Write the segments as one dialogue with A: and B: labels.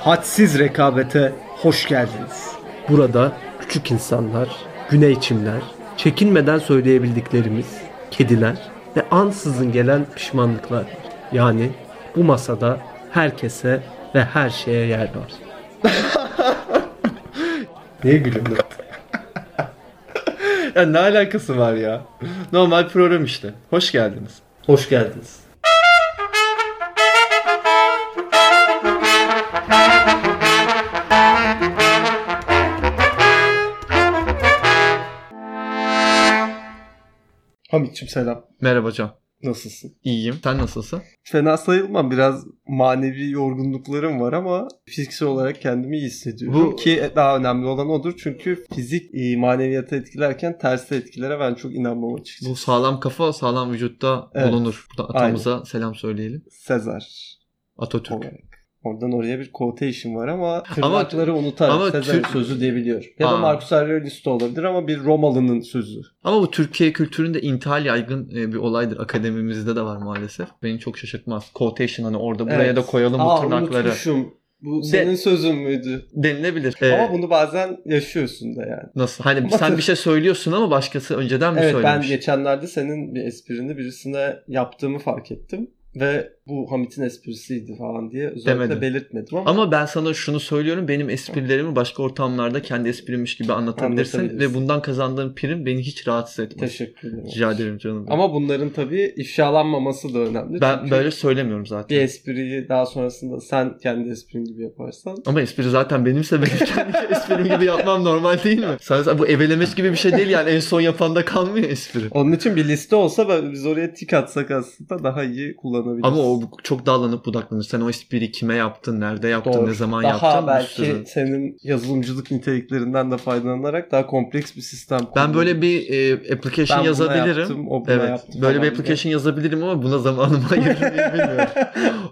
A: Hadsiz rekabete hoş geldiniz.
B: Burada küçük insanlar, güneyçimler, çekinmeden söyleyebildiklerimiz, kediler ve ansızın gelen pişmanlıklar. Yani bu masada herkese ve her şeye yer var.
A: Niye gülüyorsun? ya ne alakası var ya? Normal program işte. Hoş geldiniz.
B: Hoş geldiniz.
A: Hamit'cim selam.
C: Merhaba Can.
A: Nasılsın?
C: İyiyim. Sen nasılsın?
A: Fena sayılmam. Biraz manevi yorgunluklarım var ama fiziksel olarak kendimi iyi hissediyorum.
C: Bu-
A: Ki daha önemli olan odur. Çünkü fizik e, maneviyata etkilerken tersi etkilere ben çok inanmam açıkçası.
C: Bu sağlam kafa sağlam vücutta
A: Evet.
C: bulunur. Buradan atamıza selam söyleyelim.
A: Sezar
C: Atatürk.
A: olarak. Oradan oraya bir quotation var ama
C: Ama-
A: tırnakları unutar.
C: ama
A: Sezar'ın
C: Türk-
A: sözü diyebiliyor. Ya da
C: Aa.
A: Marcus Aurelius da olabilir ama bir Romalı'nın sözü.
C: Ama bu Türkiye kültüründe intihal yaygın e, bir olaydır. Akademimizde de var maalesef. Beni çok şaşırtmaz. Quotation hani orada buraya
A: Evet.
C: da koyalım bu
A: Aa,
C: tırnakları
A: Unutmuşum. Bu
C: De-
A: senin sözün müydü?
C: denilebilir. E,
A: Ama bunu bazen yaşıyorsun da yani.
C: Nasıl? Hani
A: Ama
C: sen
A: tabii-
C: bir şey söylüyorsun ama başkası önceden mi
A: Evet ben
C: söylemiş?
A: geçenlerde senin bir esprini birisine yaptığımı fark ettim. Ve bu Hamit'in esprisiydi falan diye özellikle
C: Demedim.
A: belirtmedim ama,
C: Ama ben sana şunu söylüyorum. Benim esprilerimi başka ortamlarda kendi esprimmiş gibi anlatabilirsin.
A: Anlatabilirsin.
C: Ve bundan kazandığın prim beni hiç rahatsız etmez.
A: teşekkür ederim.
C: Rica ederim canım.
A: Ama bunların tabii ifşalanmaması da önemli.
C: ben
A: Çünkü
C: böyle söylemiyorum zaten.
A: bir espriyi daha sonrasında sen kendi esprin gibi yaparsan
C: Ama espri zaten benimse benim kendi esprim gibi yapmam normal değil mi? Sen, bu evelemeç gibi bir şey değil yani en son yapanda kalmıyor espri.
A: onun için bir liste olsa ben- biz oraya tik atsak aslında daha iyi kullanabiliriz.
C: Ama o bu- çok dallanıp budaklanır. Sen o espriyi kime yaptın, nerede yaptın,
A: Doğru.
C: ne zaman yaptın?
A: daha
C: bir
A: belki
C: sürü.
A: senin yazılımcılık niteliklerinden de faydalanarak daha kompleks bir sistem
C: Ben
A: kurulur.
C: böyle bir e,
A: Ben
C: application
A: buna
C: yazabilirim.
A: yaptım, o buna
C: evet.
A: yaptı
C: böyle bir
A: falan
C: application yazabilirim ama buna zamanımı ayırır mıyım bilmiyorum.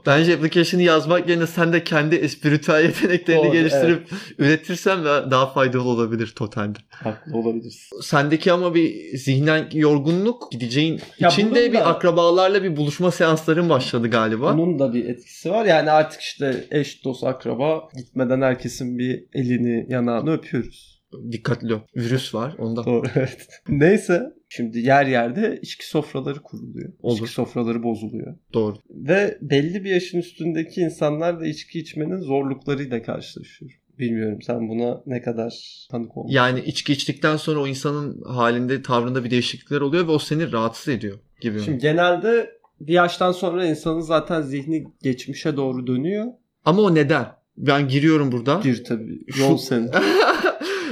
C: Bence application'ı yazmak yerine sen de kendi espritüel yeteneklerini
A: Doğru,
C: geliştirip üretirsen ve daha faydalı olabilir totalde.
A: Haklı olabilirsin.
C: sendeki ama bir zihnen yorgunluk gideceğin
A: Ya
C: içinde
A: bunun
C: bir
A: da-
C: akrabalarla bir buluşma seansların başladı galiba.
A: Bunun da bir etkisi var. Yani artık işte eş, dost, akraba gitmeden herkesin bir elini, yanağını öpüyoruz.
C: Dikkatli ol. Virüs var onda.
A: Doğru evet. Neyse şimdi yer yerde içki sofraları kuruluyor.
C: Olur.
A: İçki sofraları bozuluyor.
C: Doğru.
A: Ve belli bir yaşın üstündeki insanlar da içki içmenin zorluklarıyla karşılaşıyor. Bilmiyorum sen buna ne kadar tanık olmuşsun.
C: Yani içki içtikten sonra o insanın halinde tavrında bir değişiklikler oluyor ve o seni rahatsız ediyor gibi.
A: Şimdi genelde bir yaştan sonra insanın zaten zihni geçmişe doğru dönüyor.
C: Ama o neden? Ben giriyorum burada.
A: Gir tabii.
C: Şu-
A: Yol senin.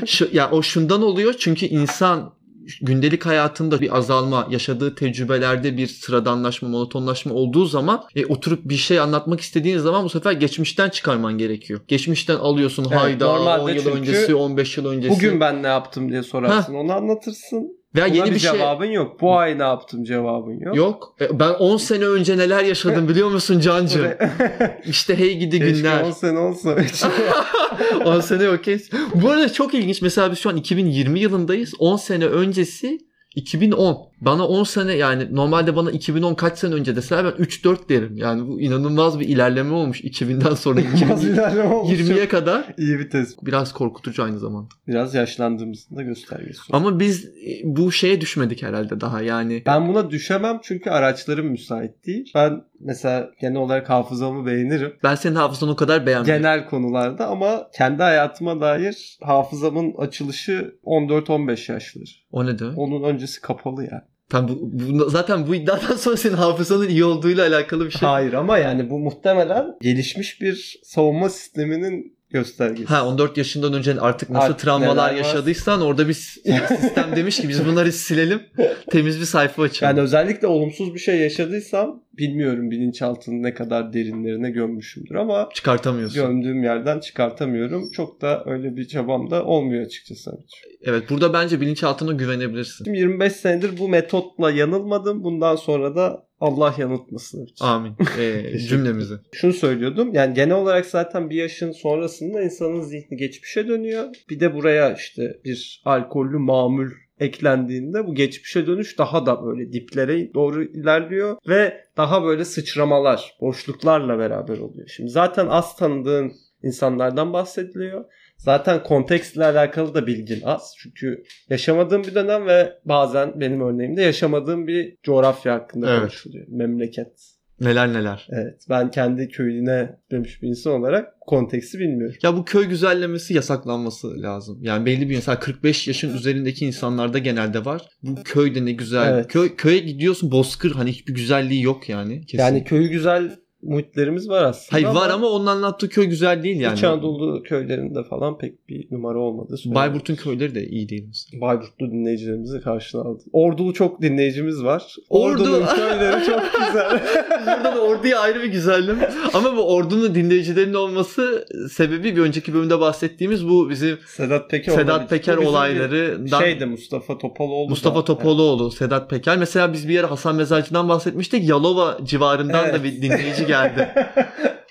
C: Şu, ya o şundan oluyor çünkü insan gündelik hayatında bir azalma, yaşadığı tecrübelerde bir sıradanlaşma, monotonlaşma olduğu zaman e, oturup bir şey anlatmak istediğin zaman bu sefer geçmişten çıkarman gerekiyor. Geçmişten alıyorsun
A: Evet,
C: hayda
A: normalde
C: 10 yıl
A: çünkü
C: öncesi, 15 yıl öncesi.
A: Bugün ben ne yaptım diye sorarsın. Onu anlatırsın.
C: veya
A: Buna
C: yeni
A: bir,
C: bir şey
A: cevabın yok. Bu ay ne yaptım cevabın yok.
C: yok. E, ben 10 sene önce neler yaşadım biliyor musun Cancığım? işte hey gidi
A: Keşke
C: günler.
A: 10 sene olsa.
C: 10 sene okey. Bu arada çok ilginç. Mesela biz şu an 2020 yılındayız. 10 sene öncesi 2010. Bana 10 sene yani normalde bana 2010 kaç sene önce deseler ben 3-4 derim. Yani bu inanılmaz bir ilerleme olmuş 2000'den sonra
A: Biraz
C: 2020'ye
A: ilerleme olmuş.
C: kadar.
A: İyi bir tespit.
C: Biraz korkutucu aynı zamanda.
A: Biraz yaşlandığımızın da göstergesi.
C: Ama biz e, bu şeye düşmedik herhalde daha yani.
A: Ben buna düşemem çünkü araçlarım müsait değil. Ben mesela genel olarak hafızamı beğenirim.
C: Ben senin hafızanı o kadar beğenmiyorum.
A: genel konularda ama kendi hayatıma dair hafızamın açılışı 14-15 yaşları.
C: O ne demek?
A: Onun öncesi kapalı yani.
C: Tam bu, bu- zaten bu iddiadan sonra senin hafızanın iyi olduğuyla alakalı bir şey.
A: Hayır ama yani bu muhtemelen gelişmiş bir savunma sisteminin göstergesi.
C: Ha 14 yaşından önce artık nasıl
A: Artık
C: travmalar
A: neler var?
C: yaşadıysan orada bir s- sistem demiş ki biz bunları silelim. Temiz bir sayfa açalım.
A: yani özellikle olumsuz bir şey yaşadıysam bilmiyorum bilinçaltını ne kadar derinlerine gömmüşümdür ama
C: Çıkartamıyorsun.
A: gömdüğüm yerden çıkartamıyorum. Çok da öyle bir çabam da olmuyor açıkçası.
C: Evet burada bence bilinçaltına güvenebilirsin.
A: Şimdi 25 senedir bu metotla yanılmadım. Bundan sonra da Allah yanıltmasın.
C: Amin. Ee, cümlemizi.
A: Şunu söylüyordum. Yani genel olarak zaten bir yaşın sonrasında insanın zihni geçmişe dönüyor. Bir de buraya işte bir alkollü mamul eklendiğinde bu geçmişe dönüş daha da böyle diplere doğru ilerliyor ve daha böyle sıçramalar, boşluklarla beraber oluyor. Şimdi zaten az tanıdığın insanlardan bahsediliyor. Zaten kontekstle alakalı da bilgin az. Çünkü yaşamadığım bir dönem ve bazen benim örneğimde yaşamadığım bir coğrafya hakkında
C: Evet.
A: konuşuluyor. Memleket.
C: Neler neler.
A: Evet. Ben kendi köyüne dönmüş bir insan olarak konteksti bilmiyorum.
C: Ya bu köy güzellemesi yasaklanması lazım. Yani belli bir mesela 45 yaşın üzerindeki insanlarda genelde var. Bu köyde ne güzel.
A: Evet.
C: Köy köye gidiyorsun bozkır hani hiçbir güzelliği yok yani. Kesin.
A: Yani köyü güzel muhitlerimiz var aslında.
C: Hayır var ama onun anlattığı köy güzel değil yani.
A: İç Anadolu köylerinde falan pek bir numara olmadı.
C: Bayburt'un köyleri de iyi değil mesela.
A: Bayburtlu dinleyicilerimizi karşına aldı. Ordulu çok dinleyicimiz var.
C: Ordu-
A: Ordunun köyleri çok güzel.
C: Burada da orduya ayrı bir güzelliğim. Ama bu ordunun dinleyicilerinin olması sebebi bir önceki bölümde bahsettiğimiz bu bizim
A: Sedat Peker
C: Sedat Peker olayları.
A: Şeyde Mustafa Topaloğlu.
C: Mustafa
A: da-
C: Topaloğlu, Sedat Peker. Mesela biz bir yere Hasan Mezarcı'dan bahsetmiştik. Yalova civarından
A: Evet.
C: da bir dinleyici geldi.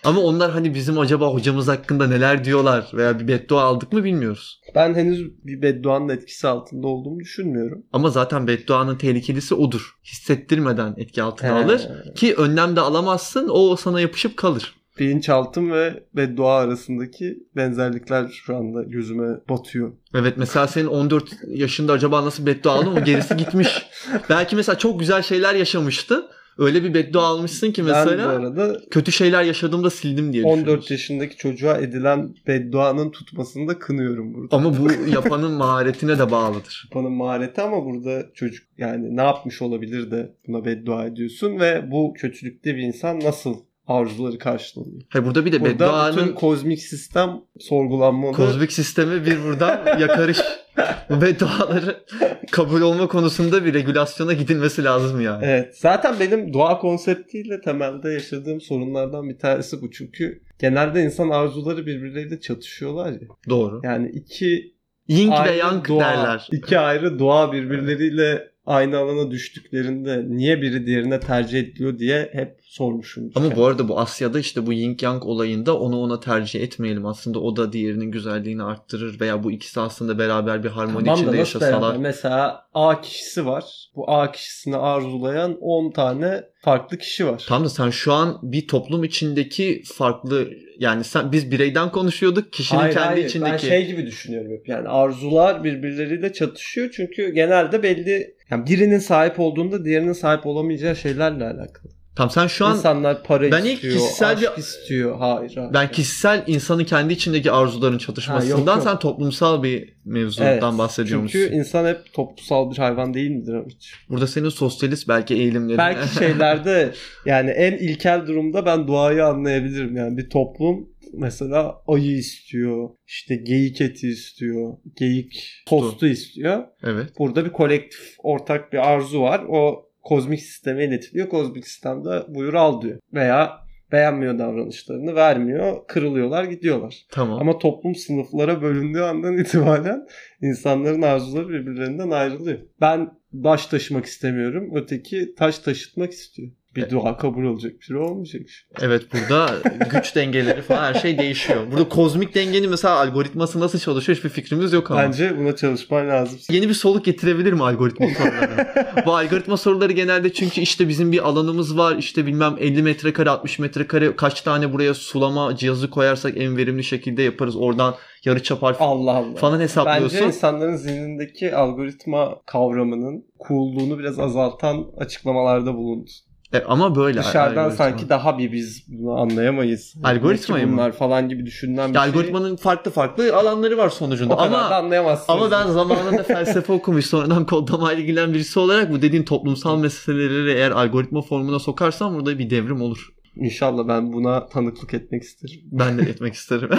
C: Ama onlar hani bizim acaba hocamız hakkında neler diyorlar veya bir beddua aldık mı bilmiyoruz.
A: Ben henüz bir bedduanın etkisi altında olduğumu düşünmüyorum.
C: Ama zaten bedduanın tehlikelisi odur. Hissettirmeden etki altına
A: Ee,
C: alır. Ki önlem de alamazsın o sana yapışıp kalır.
A: Bilinçaltım ve beddua arasındaki benzerlikler şu anda gözüme batıyor.
C: Evet mesela senin 14 yaşında acaba nasıl beddua aldın o gerisi gitmiş. Belki mesela çok güzel şeyler yaşamıştın. Öyle bir beddua almışsın ki
A: ben bu
C: mesela
A: arada
C: kötü şeyler yaşadığımda sildim diye
A: 14
C: düşünüyorsun.
A: yaşındaki çocuğa edilen bedduanın tutmasını da kınıyorum burada.
C: Ama bu yapanın maharetine de bağlıdır.
A: Kupanın mahareti ama burada çocuk yani ne yapmış olabilir de buna beddua ediyorsun ve bu kötülükte bir insan nasıl arzuları karşılanıyor?
C: Hayır burada bir de
A: Burada bütün
C: bedduanın
A: kozmik sistem sorgulanmalı.
C: kozmik sistemi bir buradan yakarış. Bu bedduaları kabul olma konusunda bir regülasyona gidilmesi lazım yani.
A: Evet. Zaten benim dua konseptiyle temelde yaşadığım sorunlardan bir tanesi bu. Çünkü genelde insan arzuları birbirleriyle çatışıyorlar ya.
C: Doğru.
A: Yani iki
C: Ying ve
A: ayrı
C: yang
A: dua,
C: derler.
A: iki ayrı dua birbirleriyle aynı alana düştüklerinde niye biri diğerine tercih ediliyor diye hep sormuşum.
C: Ama bu arada bu Asya'da işte bu yin yang olayında onu ona tercih etmeyelim. Aslında o da diğerinin güzelliğini arttırır veya bu ikisi aslında beraber bir harmoni
A: Tamam da
C: içinde
A: nasıl
C: yaşasalar.
A: beraber? Mesela A kişisi var. Bu A kişisini arzulayan 10 tane farklı kişi var.
C: Tam da sen şu an bir toplum içindeki farklı yani sen biz bireyden konuşuyorduk kişinin
A: Hayır,
C: kendi
A: hayır.
C: içindeki.
A: Ben şey gibi düşünüyorum hep. Yani arzular birbirleriyle çatışıyor çünkü genelde belli yani birinin sahip olduğunda diğerinin sahip olamayacağı şeylerle alakalı.
C: Tam sen şu an
A: İnsanlar para
C: Ben ilk
A: istiyor,
C: kişisel
A: aşk
C: bir-
A: istiyor. Hayır. hayır.
C: ben kişisel insanın kendi içindeki arzuların çatışmasından
A: Ha, yok, yok.
C: sen toplumsal bir
A: Evet.
C: mevzudan bahsediyormuşsun.
A: Çünkü insan hep toplumsal bir hayvan değil midir hiç?
C: Burada senin sosyalist belki eğilimlerin.
A: belki şeylerde yani en ilkel durumda ben duayı anlayabilirim. Yani bir toplum mesela ayı istiyor, işte geyik eti istiyor, geyik tostu istiyor.
C: evet.
A: Burada bir kolektif, ortak bir arzu var. O kozmik sisteme iletiliyor. Kozmik sistemde buyur al diyor. Veya beğenmiyor davranışlarını, vermiyor, kırılıyorlar, gidiyorlar.
C: Tamam.
A: Ama toplum sınıflara bölündüğü andan itibaren insanların arzuları birbirlerinden ayrılıyor. Ben taş taşımak istemiyorum. Öteki taş taşıtmak istiyor. Bir dua kabul olacak biri olmayacak.
C: Evet burada güç dengeleri falan her şey değişiyor. Burada kozmik dengenin mesela algoritması nasıl çalışıyor hiçbir fikrimiz yok ama.
A: Bence buna çalışman lazım.
C: Yeni bir soluk getirebilir mi algoritma sorularına? Bu algoritma soruları genelde çünkü işte bizim bir alanımız var işte bilmem 50 metrekare 60 metrekare kaç tane buraya sulama cihazı koyarsak en verimli şekilde yaparız. Oradan yarıçapar
A: Allah Allah.
C: falan hesaplıyorsun.
A: Bence insanların zihnindeki algoritma kavramının coolluğunu biraz azaltan açıklamalarda bulundu.
C: E, ama böyle.
A: Dışarıdan
C: algoritma.
A: sanki daha bir biz bunu anlayamayız.
C: Algoritmayı
A: Belki
C: mı?
A: bunlar falan gibi düşünülen bir
C: Ya
A: şey.
C: algoritmanın farklı farklı alanları var
A: o
C: sonucunda.
A: kadar
C: Ama
A: da anlayamazsınız.
C: Ama ben zamanında felsefe okumuş sonradan kodlamayla ilgilenen birisi olarak bu dediğin toplumsal meseleleri eğer algoritma formuna sokarsam burada bir devrim olur.
A: İnşallah ben buna tanıklık etmek isterim.
C: Ben de etmek isterim.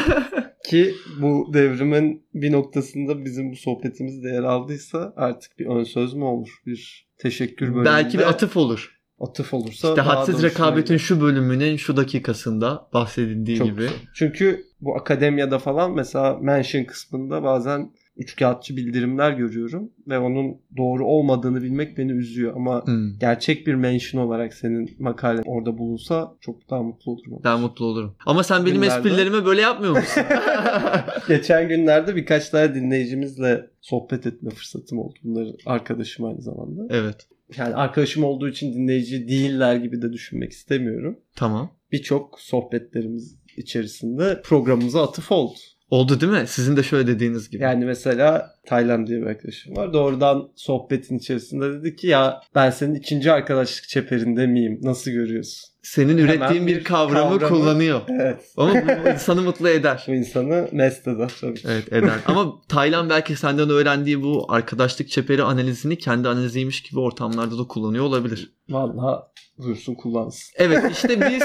A: Ki bu devrimin bir noktasında bizim bu sohbetimiz de yer aldıysa artık bir ön söz mü olur? Bir teşekkür bölümünde
C: Belki bir atıf olur.
A: atıf olursa
C: İşte
A: daha da
C: hadsiz
A: hoşuma
C: rekabetin
A: gider.
C: şu bölümünün şu dakikasında bahsedildiği
A: Çok
C: gibi.
A: güzel. Çünkü bu akademiyada falan mesela mention kısmında bazen üçkağıtçı bildirimler görüyorum ve onun doğru olmadığını bilmek beni üzüyor ama
C: Hmm,
A: gerçek bir mention olarak senin makalen orada bulunsa çok daha mutlu olurum.
C: Ben mutlu olurum. Ama sen benim
A: Günlerde-
C: esprilerime böyle yapmıyor musun?
A: Geçen günlerde birkaç tane dinleyicimizle sohbet etme fırsatım oldu. Bunları arkadaşım aynı zamanda.
C: evet.
A: Yani arkadaşım olduğu için dinleyici değiller gibi de düşünmek istemiyorum.
C: Tamam.
A: Birçok sohbetlerimiz içerisinde programımıza atıf oldu.
C: Oldu değil mi? Sizin de şöyle dediğiniz gibi.
A: Yani mesela Taylan diye bir arkadaşım var. Doğrudan sohbetin içerisinde dedi ki ya ben senin ikinci arkadaşlık çeperinde miyim? Nasıl görüyorsun?
C: Senin
A: Hemen
C: ürettiğin bir
A: bir
C: kavramı,
A: kavramı-
C: kullanıyor.
A: Evet.
C: Ama bu insanı mutlu eder.
A: Bu insanı mest eder tabii.
C: Evet eder. Ama Taylan belki senden öğrendiği bu arkadaşlık çeperi analizini kendi analiziymiş gibi ortamlarda da kullanıyor olabilir.
A: Vallahi buyursun kullansın.
C: Evet işte biz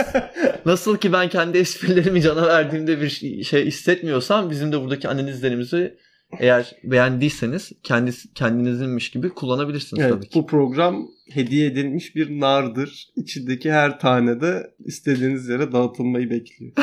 C: nasıl ki ben kendi esprilerimi cana verdiğimde bir şey hissetmiyorsam bizim de buradaki analizlerimizi eğer beğendiyseniz kendisi, kendinizinmiş gibi kullanabilirsiniz tabii
A: Evet,
C: ki.
A: bu program hediye edilmiş bir nardır. İçindeki her tane de istediğiniz yere dağıtılmayı bekliyor.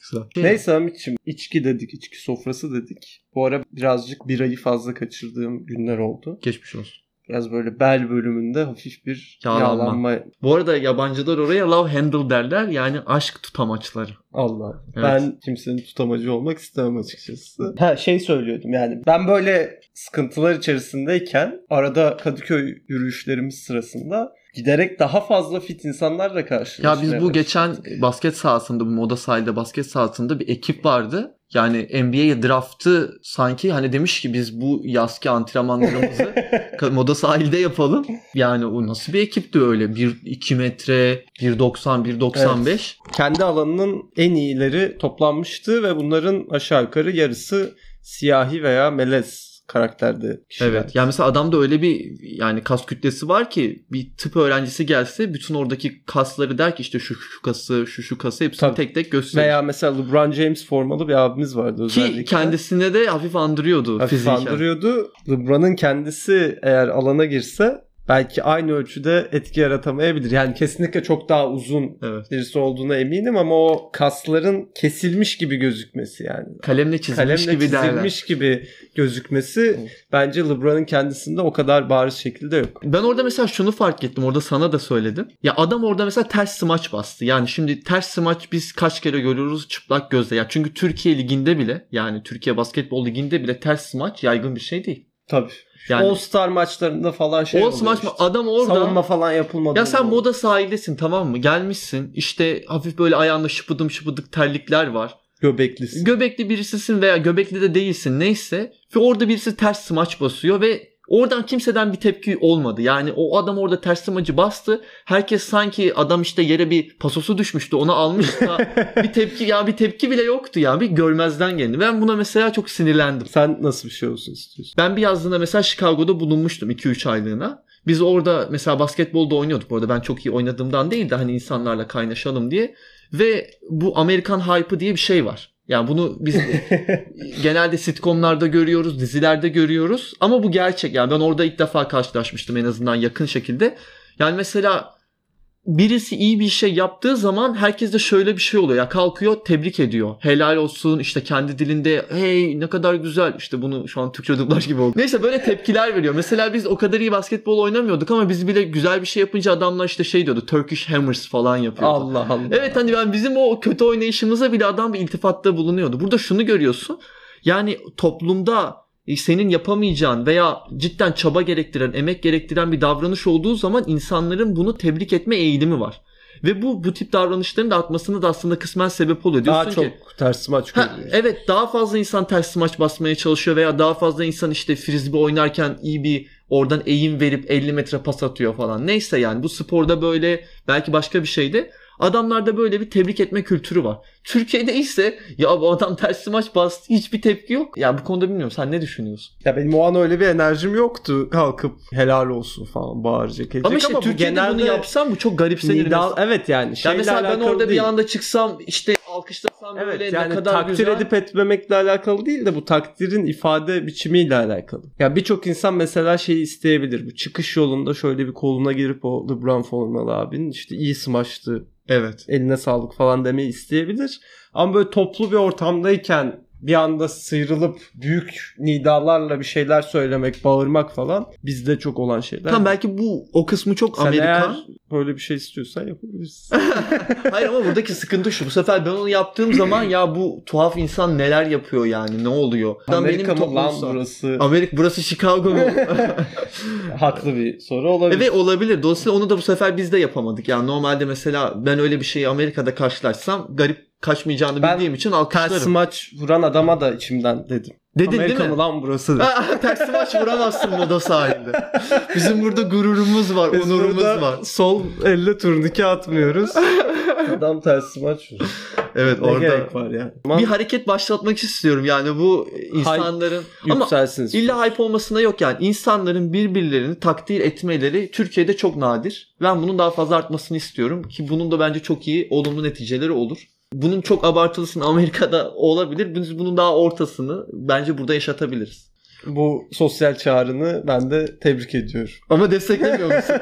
C: Güzel.
A: Neyse Hamit'ciğim içki dedik, içki sofrası dedik. Bu ara birazcık birayı fazla kaçırdığım günler oldu.
C: Geçmiş olsun.
A: Biraz böyle bel bölümünde hafif bir
C: Yağlanma.
A: yağlanma
C: Bu arada yabancılar oraya love handle derler yani aşk tutamaçları.
A: Allah.
C: Evet.
A: Ben kimsenin tutamacı olmak istemem açıkçası. Ha şey söylüyordum yani. Ben böyle sıkıntılar içerisindeyken arada Kadıköy yürüyüşlerimiz sırasında giderek daha fazla fit insanlarla
C: Ya
A: karşılaştım.
C: biz bu
A: şey
C: geçen basket sahasında bu moda sahilde basket sahasında bir ekip vardı. Yani NBA draftı sanki hani demiş ki biz bu yazki antrenmanlarımızı ka- moda sahilde yapalım. Yani o nasıl bir ekipti öyle? 1 2 metre, 1.90, 1.95.
A: Kendi alanının en iyileri toplanmıştı ve bunların aşağı yukarı yarısı siyahi veya melez karakterde kişiler.
C: Evet. Yani mesela adamda öyle bir yani kas kütlesi var ki bir tıp öğrencisi gelse bütün oradaki kasları der ki işte şu şu kası, şu şu kası hepsini
A: Tabii.
C: tek tek gösterir.
A: Veya mesela LeBron James formalı bir abimiz vardı özellikle.
C: ki kendisine de hafif andırıyordu
A: hafif
C: fiziken.
A: andırıyordu. LeBron'un kendisi eğer alana girse belki aynı ölçüde etki yaratamayabilir. Yani kesinlikle çok daha uzun
C: Evet.
A: birisi olduğuna eminim ama o kasların kesilmiş gibi gözükmesi yani.
C: Kalemle çizilmiş
A: Kalemle
C: gibi derler.
A: çizilmiş gibi gözükmesi bence LeBron'un kendisinde o kadar bariz şekilde yok.
C: Ben orada mesela şunu fark ettim. Orada sana da söyledim. Ya adam orada mesela ters smaç bastı. Yani şimdi ters smaç biz kaç kere görüyoruz çıplak gözle. Ya çünkü Türkiye liginde bile yani Türkiye basketbol liginde bile ters smaç yaygın bir şey değil.
A: Tabii.
C: Yani
A: All Star maçlarında falan şey
C: o
A: oluyor
C: smaç
A: işte.
C: adam orada
A: Savunma falan yapılmadı.
C: ya sen moda sahildesin tamam mı? Gelmişsin işte hafif böyle ayağında şıpıdım şıpıdık terlikler var.
A: göbeklisin.
C: Göbekli birisisin veya göbekli de değilsin neyse. Ve orada birisi ters smaç basıyor ve oradan kimseden bir tepki olmadı. Yani o adam orada ters smacı bastı. Herkes sanki adam işte yere bir pasosu düşmüştü onu almış da bir tepki ya bir tepki bile yoktu ya. Bir görmezden geldi. Ben buna mesela çok sinirlendim.
A: sen nasıl bir şey olsun istiyorsun?
C: Ben bir yazlığında mesela Chicago'da bulunmuştum 2-3 aylığına. Biz orada mesela basketbolda oynuyorduk. Bu arada ben çok iyi oynadığımdan değil de hani insanlarla kaynaşalım diye. Ve bu Amerikan hype'ı diye bir şey var. Yani bunu biz genelde sitcomlarda görüyoruz, dizilerde görüyoruz. Ama bu gerçek. Yani ben orada ilk defa karşılaşmıştım en azından yakın şekilde. Yani mesela birisi iyi bir şey yaptığı zaman herkeste şöyle bir şey oluyor. Ya kalkıyor tebrik ediyor. Helal olsun işte kendi dilinde hey ne kadar güzel işte bunu şu an Türkçe dublaj gibi oldu. Neyse böyle tepkiler veriyor. Mesela biz o kadar iyi basketbol oynamıyorduk ama biz bile güzel bir şey yapınca adamlar işte şey diyordu Turkish Hammers falan yapıyordu.
A: Allah Allah.
C: Evet hani ben bizim o kötü oynayışımıza bile adam bir iltifatta bulunuyordu. Burada şunu görüyorsun. Yani toplumda e, senin yapamayacağın veya cidden çaba gerektiren, emek gerektiren bir davranış olduğu zaman insanların bunu tebrik etme eğilimi var. Ve bu bu tip davranışların da artmasına da aslında kısmen sebep oluyor.
A: Daha
C: Diyorsun
A: çok
C: ki-
A: ters maç
C: Ha,
A: görüyor.
C: evet daha fazla insan ters smaç basmaya çalışıyor veya daha fazla insan işte frisbee oynarken iyi bir oradan eğim verip 50 metre pas atıyor falan. Neyse yani bu sporda böyle belki başka bir şeydi. Adamlarda böyle bir tebrik etme kültürü var. Türkiye'de ise ya bu adam ters smaç bastı hiçbir tepki yok. Ya bu konuda bilmiyorum sen ne düşünüyorsun?
A: Ya benim o an öyle bir enerjim yoktu. Kalkıp helal olsun falan bağıracak. edecek
C: Ama işte
A: bu
C: Türkiye'de
A: genelde
C: bunu yapsam bu çok garipsenir.
A: nida-
C: mesela.
A: evet yani
C: Ya
A: şeyle
C: mesela ben
A: alakalı
C: orada
A: değil.
C: bir anda çıksam işte alkışlasam
A: Evet
C: böyle
A: yani
C: ne kadar
A: takdir
C: güzel.
A: edip etmemekle alakalı değil de bu takdirin ifade biçimiyle alakalı. Ya birçok insan mesela şeyi isteyebilir. Bu çıkış yolunda şöyle bir koluna girip o LeBron formalı abinin işte iyi smaçtı
C: Evet.
A: eline sağlık falan demeyi isteyebilir. Ama böyle toplu bir ortamdayken bir anda sıyrılıp büyük nidalarla bir şeyler söylemek, bağırmak falan bizde çok olan şeyler.
C: Tamam belki bu o kısmı çok
A: Sen
C: Amerikan.
A: eğer böyle bir şey istiyorsan yapabilirsin.
C: Hayır ama buradaki sıkıntı şu. Bu sefer ben onu yaptığım zaman ya bu tuhaf insan neler yapıyor yani ne oluyor? Adam
A: Amerika mı lan
C: toplumsal-
A: burası?
C: Amerika burası Chicago mu?
A: Haklı bir soru olabilir.
C: evet olabilir. Dolayısıyla onu da bu sefer biz de yapamadık. Yani normalde mesela ben öyle bir şeyi Amerika'da karşılaşsam garip kaçmayacağını
A: Ben
C: bildiğim için
A: Ters
C: alkışlarım.
A: maç vuran adama da içimden dedim.
C: Dedin
A: Amerika
C: değil mi?
A: mı lan burası? dedim.
C: Aa, tersi maç vuramazsın moda sahilde. Bizim burada gururumuz var,
A: Biz
C: onurumuz
A: burada
C: var.
A: Sol elle turnike atmıyoruz. Adam tersi maç vuruyor.
C: Evet
A: Ne
C: orada.
A: gerek var yani?
C: Bir hareket başlatmak istiyorum yani bu insanların ama
A: Yükselsiniz.
C: illa hype olmasına yok yani insanların birbirlerini takdir etmeleri Türkiye'de çok nadir. Ben bunun daha fazla artmasını istiyorum ki bunun da bence çok iyi olumlu neticeleri olur. Bunun çok abartılısını Amerika'da olabilir. Biz bunun daha ortasını bence burada yaşatabiliriz.
A: Bu sosyal çağrını ben de tebrik ediyorum.
C: Ama desteklemiyor musun?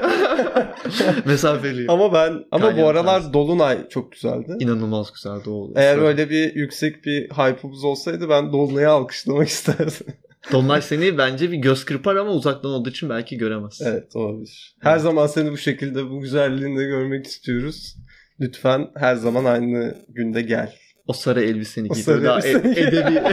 C: Mesafeli.
A: Ama ben ama
C: Kanye
A: bu aralar
C: West.
A: Dolunay çok güzeldi.
C: İnanılmaz güzeldi o.
A: Eğer öyle bir yüksek bir hype'ımız olsaydı ben Dolunay'ı alkışlamak isterdim.
C: Dolunay seni bence bir göz kırpar ama uzaktan olduğu için belki göremez.
A: evet olabilir. Her zaman seni bu şekilde bu güzelliğinde görmek istiyoruz. Lütfen her zaman aynı günde gel.
C: O sarı elbiseni
A: O
C: giy.
A: sarı
C: Böyle Daha e-
A: elbiseni.
C: edebi.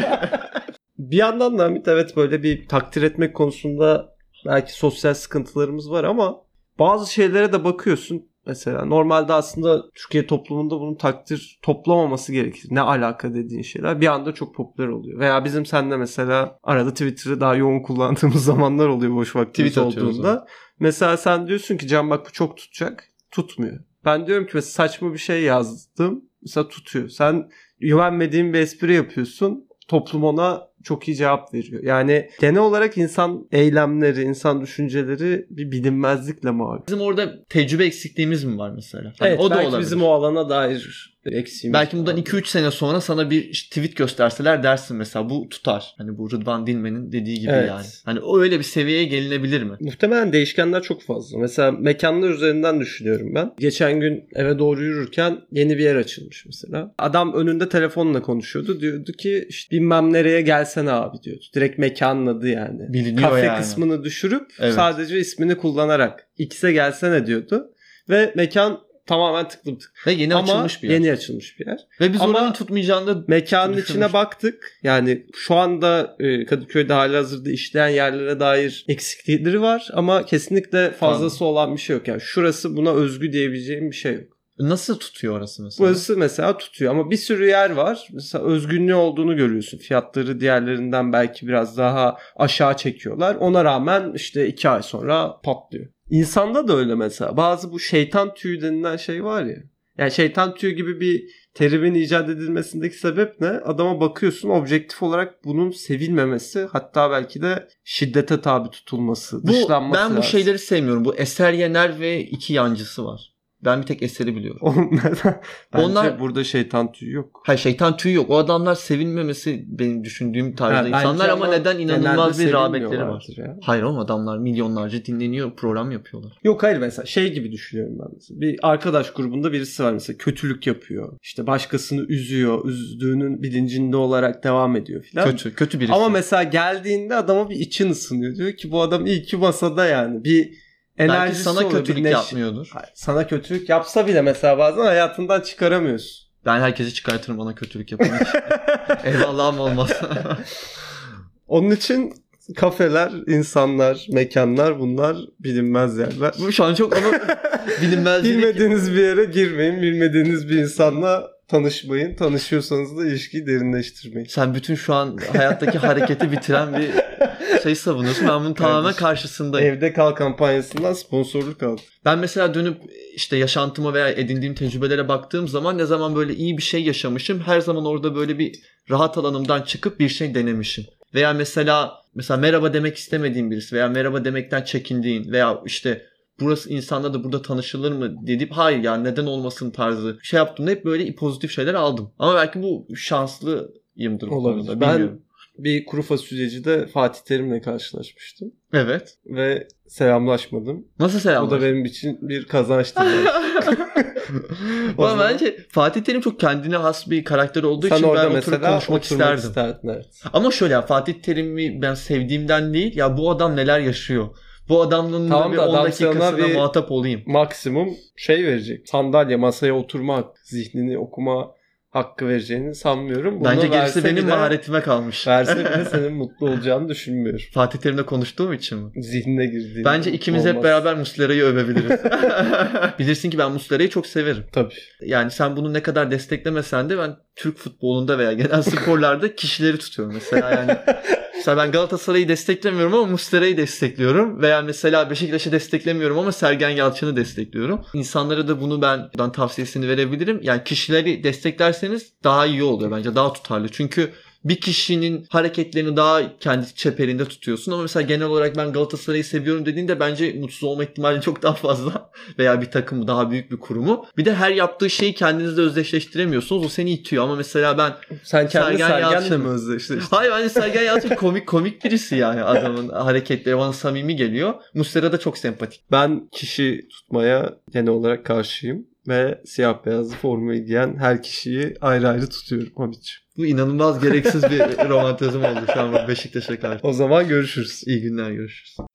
A: Bir yandan da Hamit evet böyle bir takdir etmek konusunda belki sosyal sıkıntılarımız var ama bazı şeylere de bakıyorsun. Mesela normalde aslında Türkiye toplumunda bunun takdir toplamaması gerekir. Ne alaka dediğin şeyler bir anda çok popüler oluyor. Veya bizim seninle mesela arada Twitter'ı daha yoğun kullandığımız zamanlar oluyor boş vaktimiz
C: Tweet atıyoruz
A: olduğunda. Mesela sen diyorsun ki Can bak bu çok tutacak. Tutmuyor. Ben diyorum ki mesela saçma bir şey yazdım. Mesela tutuyor. Sen güvenmediğin bir espri yapıyorsun. Toplum ona çok iyi cevap veriyor. Yani genel olarak insan eylemleri, insan düşünceleri bir bilinmezlikle mağlup.
C: Bizim orada tecrübe eksikliğimiz mi var mesela? Hani
A: Evet,
C: o da
A: belki
C: olabilir.
A: bizim o alana dair eksiğimiz.
C: Belki bundan
A: var.
C: 2-3 sene sonra sana bir tweet gösterseler dersin mesela bu tutar. Hani bu Rıdvan Dilmen'in dediği gibi
A: Evet.
C: yani. Hani o öyle bir seviyeye gelinebilir mi?
A: Muhtemelen değişkenler çok fazla. Mesela mekanlar üzerinden düşünüyorum ben. Geçen gün eve doğru yürürken yeni bir yer açılmış mesela. Adam önünde telefonla konuşuyordu. Diyordu ki işte bilmem nereye gelsene abi diyordu. Direkt mekanın adı yani.
C: Biliniyor
A: kafe
C: yani.
A: kısmını düşürüp
C: Evet.
A: sadece ismini kullanarak X'e gelsene diyordu. Ve mekan tamamen tıklım tık.
C: Ve yeni
A: Ama
C: açılmış bir yer.
A: yeni açılmış bir yer.
C: Ve biz
A: Ama-
C: oranın tutmayacağını da
A: Mekanın
C: Düşünmüş.
A: içine baktık. Yani şu anda e, Kadıköy'de halihazırda işleyen yerlere dair eksiklikleri var ama kesinlikle fazlası olan bir şey yok. Yani şurası buna özgü diyebileceğim bir şey yok.
C: nasıl tutuyor orası mesela?
A: Burası mesela tutuyor ama bir sürü yer var. Mesela özgünlüğü olduğunu görüyorsun. Fiyatları diğerlerinden belki biraz daha aşağı çekiyorlar. Ona rağmen işte iki ay sonra patlıyor. İnsanda da öyle mesela. Bazı bu şeytan tüyü denilen şey var ya. Yani şeytan tüyü gibi bir terimin icat edilmesindeki sebep ne? Adama bakıyorsun objektif olarak bunun sevilmemesi hatta belki de şiddete tabi tutulması,
C: Bu, ben bu
A: dışlanması lazım.
C: şeyleri sevmiyorum. Bu Eser Yener ve iki yancısı var. Ben bir tek Eser'i biliyorum.
A: Oğlum neden? Bence
C: Onlar-
A: burada şeytan tüyü yok.
C: Hayır şeytan tüyü yok. O adamlar sevilmemesi benim düşündüğüm tarzda
A: Ha, bence
C: insanlar ama neden inanılmaz
A: genelde
C: bir rağbetleri var.
A: sevilmiyorlardır ya.
C: Hayır oğlum adamlar milyonlarca dinleniyor, program yapıyorlar.
A: Yok hayır mesela şey gibi düşünüyorum ben mesela. Bir arkadaş grubunda birisi var mesela kötülük yapıyor. İşte başkasını üzüyor. Üzdüğünün bilincinde olarak devam ediyor filan.
C: Kötü, kötü birisi.
A: Ama mesela geldiğinde adama bir için ısınıyor. Diyor ki bu adam iyi ki masada yani. Bir
C: Belki
A: enerjisi
C: sana
A: oluyor, bir
C: kötülük
A: neşe-
C: yapmıyordur.
A: Hayır, sana kötülük yapsa bile mesela bazen hayatından çıkaramıyorsun.
C: Ben herkesi çıkartırım bana kötülük yapan. Eyvallahım olmaz.
A: Onun için kafeler, insanlar, mekanlar bunlar bilinmez yerler.
C: Bu şu an çok ama bilinmez
A: Bilmediğiniz bir yere girmeyin. Bilmediğiniz bir insanla tanışmayın. Tanışıyorsanız da ilişkiyi derinleştirmeyin.
C: Sen bütün şu an hayattaki hareketi bitiren bir şey savunuyorsun. Ben bunun tamamen
A: Kardeşim,
C: karşısındayım.
A: Evde kal kampanyasından sponsorluk aldık.
C: Ben mesela dönüp işte yaşantıma veya edindiğim tecrübelere baktığım zaman ne zaman böyle iyi bir şey yaşamışım her zaman orada böyle bir rahat alanımdan çıkıp bir şey denemişim. Veya mesela mesela merhaba demek istemediğin birisi veya merhaba demekten çekindiğin veya işte burası insanla da burada tanışılır mı dedip hayır ya neden olmasın tarzı şey yaptım hep böyle pozitif şeyler aldım. Ama belki bu şanslıyımdır bu
A: Olabilir.
C: konuda
A: Ben-
C: bilmiyorum.
A: Bir kuru fasulyecide Fatih Terim'le karşılaşmıştım.
C: Evet.
A: Ve selamlaşmadım.
C: Nasıl
A: O da
C: selamlar?
A: benim için bir kazançtı. Yani. O
C: Ama
A: zaman-
C: bence Fatih Terim çok kendine has bir karakter olduğu
A: Sen
C: için ben
A: orada
C: oturup
A: mesela
C: konuşmak isterdim.
A: isterdin. Evet.
C: Ama şöyle ya, Fatih Terim'i ben sevdiğimden değil ya bu adam neler yaşıyor. Bu adamın
A: Tamam
C: bir
A: da
C: 10
A: adam
C: dakikasına
A: sana bir-
C: muhatap olayım.
A: Maksimum şey verecek. Sandalye, masaya oturmak, zihnini okuma hakkı vereceğini sanmıyorum. Buna
C: Bence gerisi
A: verse
C: benim
A: bile-
C: maharetime kalmış.
A: Verse bile senin mutlu olacağını düşünmüyorum.
C: Fatih Terim'le konuştuğum için mi?
A: Zihnine girdiğinde.
C: Bence ikimiz hep
A: olmaz.
C: beraber Muslera'yı övebiliriz. Bilirsin ki ben Muslera'yı çok severim.
A: Tabii.
C: Yani sen bunu ne kadar desteklemesen de ben Türk futbolunda veya genel sporlarda kişileri tutuyorum mesela yani. mesela ben Galatasaray'ı desteklemiyorum ama Muslera'yı destekliyorum veya mesela Beşiktaş'ı desteklemiyorum ama Sergen Yalçın'ı destekliyorum. İnsanlara da bunu ben buradan tavsiyesini verebilirim. Yani kişileri desteklerseniz daha iyi oluyor bence. Daha tutarlı. Çünkü bir kişinin hareketlerini daha kendi çeperinde tutuyorsun ama mesela genel olarak ben Galatasaray'ı seviyorum dediğinde bence mutsuz olma ihtimali çok daha fazla veya bir takımı daha büyük bir kurumu. Bir de her yaptığı şeyi kendinizle özdeşleştiremiyorsunuz. O seni itiyor ama mesela ben
A: Sen kendi
C: Sergen
A: Sergen'le
C: Yalçın.
A: mi özdeşleştin?
C: hayır hani Sergen Yalçın komik komik birisi yani adamın hareketleri bana samimi geliyor. Muslera da çok sempatik.
A: Ben kişi tutmaya genel olarak karşıyım ve siyah beyazlı formayı giyen her kişiyi ayrı ayrı tutuyorum Hamid'ciğim.
C: Bu inanılmaz gereksiz bir romantizm oldu şu an Beşiktaş'a karşı.
A: O zaman görüşürüz.
C: İyi günler görüşürüz.